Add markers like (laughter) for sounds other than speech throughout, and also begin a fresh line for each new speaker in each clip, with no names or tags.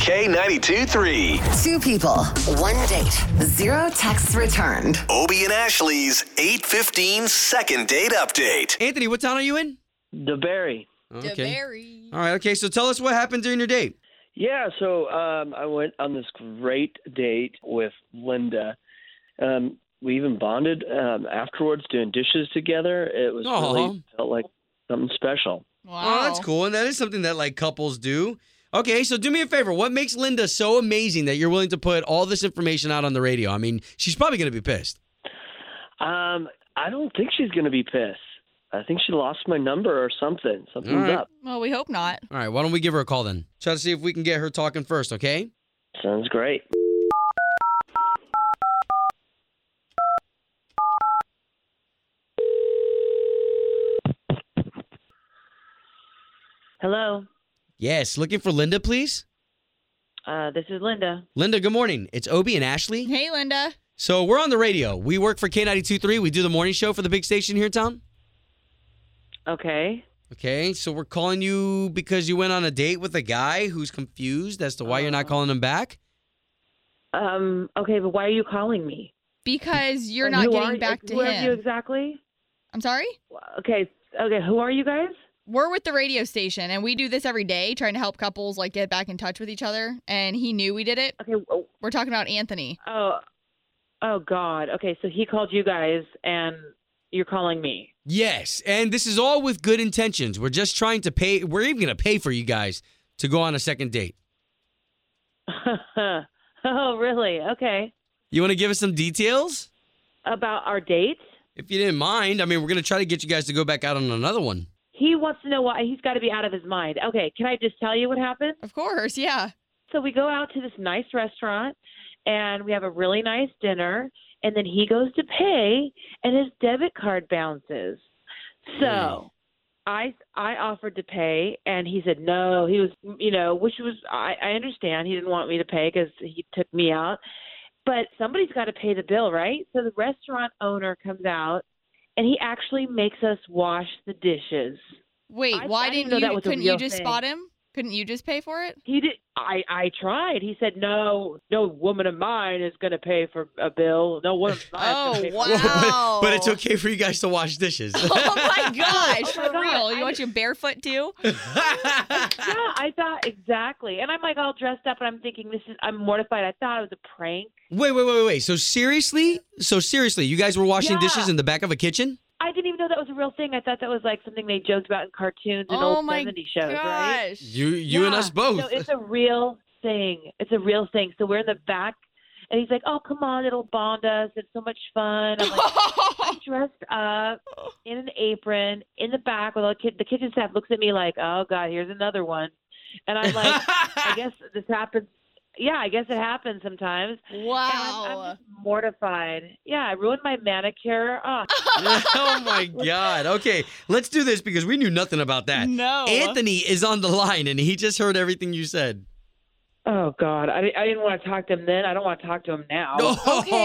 K92 3.
Two people, one date, zero texts returned.
Obie and Ashley's 815 second date update.
Anthony, what town are you in?
DeBerry.
DeBerry.
Oh, All right. Okay. So tell us what happened during your date.
Yeah, so um, I went on this great date with Linda. Um, we even bonded um, afterwards, doing dishes together. It was
Aw.
really felt like something special.
Wow.
Oh, that's cool. And that is something that like couples do. Okay. So do me a favor. What makes Linda so amazing that you're willing to put all this information out on the radio? I mean, she's probably going to be pissed.
Um, I don't think she's going to be pissed. I think she lost my number or something. Something's
All right.
up.
Well, we hope not.
All right. Why don't we give her a call then? Try to see if we can get her talking first. Okay.
Sounds great.
Hello,
Yes. Looking for Linda, please.
uh, this is Linda.
Linda, good morning. It's Obie and Ashley.
Hey, Linda.
So we're on the radio. We work for K92.3. We do the morning show for the big station here in town.
Okay.
Okay, so we're calling you because you went on a date with a guy who's confused as to why you're not
Oh.
calling him back.
Um, okay, but why are you calling me?
Because you're
And
not
who
getting
are-
back to
who are you
him.
exactly?
I'm sorry?
Okay, okay. Who are you guys?
We're with the radio station and we do this every day trying to help couples like get back in touch with each other and he knew we did it.
Okay. Oh,
We're talking about Anthony.
oh, oh, God. Okay, so he called you guys, and you're calling me. (laughs)
Yes, and this is all with good intentions. We're just trying to pay. We're even going to pay for you guys to go on a second date.
oh, really? Okay.
You want to give us some details?
About our date?
If you didn't mind, I mean, we're going to try to get you guys to go back out on another one. (laughs)
He wants to know why he's got to be out of his mind. Okay, can I just tell you what happened?
Of course, yeah.
So we go out to this nice restaurant and we have a really nice dinner. And then he goes to pay and his debit card bounces. So I I offered to pay and he said no. He was you know which was I, I understand he didn't want me to pay because he took me out. But somebody's got to pay the bill, right? So the restaurant owner comes out and he actually makes us wash the dishes.
Wait,
I-
why
I
didn't,
didn't know
you
that was a
couldn't you
real
just
thing.
spot him? Couldn't you just pay for
(laughs)
it?
He did. I I tried. He said, "No, no woman of mine is going to pay for a bill. No woman of mine."
Oh,
is gonna pay
wow.
For-
Whoa, but, but it's okay for you guys to wash
(laughs)
dishes. (laughs)
(laughs) Oh my gosh,
Oh my
for
God,
real.
I
You want you barefoot
(laughs)
too?
yeah, I thought exactly. And I'm like all dressed up, and I'm thinking, "This is." I'm mortified. I thought it was a prank.
wait, wait, wait, wait, wait. So seriously? So seriously, you guys were washing
Yeah.
dishes in the back of a kitchen?
I didn't even know that was a real thing. I thought that was like something they joked about in cartoons and
oh
old
my
70 shows, right?
gosh.
You, you and
Yeah.
us both.
No, it's a real thing. It's a real thing. So we're in the back, and he's like, "Oh, come on, it'll bond us. It's so much fun." I'm like, dressed up in an apron in the back with all the, kid, the kitchen staff looks at me like, "Oh God, here's another one," and I'm like,
(laughs)
"I guess this happens." Yeah, I guess it happens sometimes. And
(laughs)
I'm, I'm
wow.
just mortified. Yeah, I ruined my manicure. Oh,
(laughs) oh my god. Okay, let's do this because we knew nothing about that.
No.
Anthony is on the line and he just heard everything you said.
oh God, I, I didn't want to talk to him then. I don't want to talk to him now.
Okay,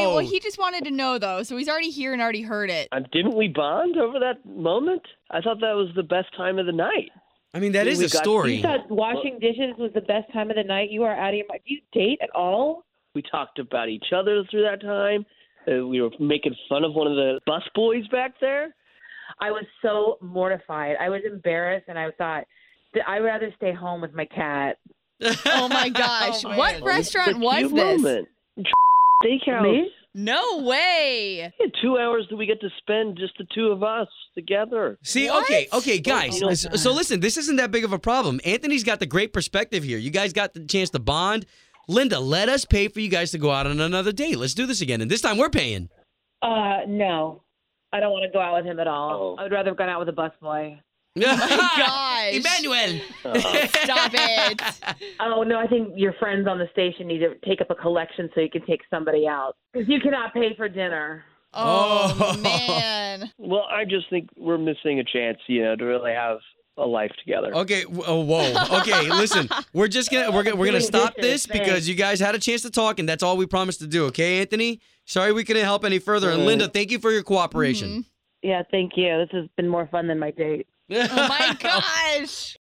Oh.
well, he just wanted to know though, so he's already here and already heard it.
Uh, didn't we bond over that moment? I thought that was the best time of the night.
I mean, that is
We
a
got-
You
story.
thought washing dishes was the best time of the night. You are out of your mind. Do you date at all?
We talked about each other through that time. Uh, we were making fun of one of the bus boys back there.
I was so mortified. I was embarrassed, and I thought that I'd rather stay home with my cat.
(laughs)
Oh my gosh.
man.
what restaurant
Well,
was
it's a
this?
cute moment. Steakhouse.
Me?
No way.
Yeah, two hours that we get to spend just the two of us together.
See,
What?
okay, okay, guys.
Oh, my
so- so listen, this isn't that big of a problem. Anthony's got the great perspective here. You guys got the chance to bond. Linda, let us pay for you guys to go out on another date. Let's do this again. And this time we're paying. (laughs)
Uh, no. I don't want to go out with him at all.
Oh.
I would rather have gone out with a busboy.
Oh gosh.
Emmanuel.
Uh,
Stop
(laughs)
it.
Oh no, I think your friends on the station need to take up a collection so you can take somebody out because you cannot pay for dinner.
Oh,
Oh.
man.
well, I just think we're missing a chance, you know, to really have a life together.
Okay. w- Oh, whoa. Okay.
(laughs)
Listen, we're just gonna we're gonna, we're gonna
Doing
stop this
dishes, thanks.
because you guys had a chance to talk, and that's all we promised to do. Okay, Anthony. Sorry we couldn't help any further. And Linda,
Mm.
thank you for your
Mm-hmm.
cooperation. (laughs)
Yeah, thank you. This has been more fun than my date.
Oh my gosh.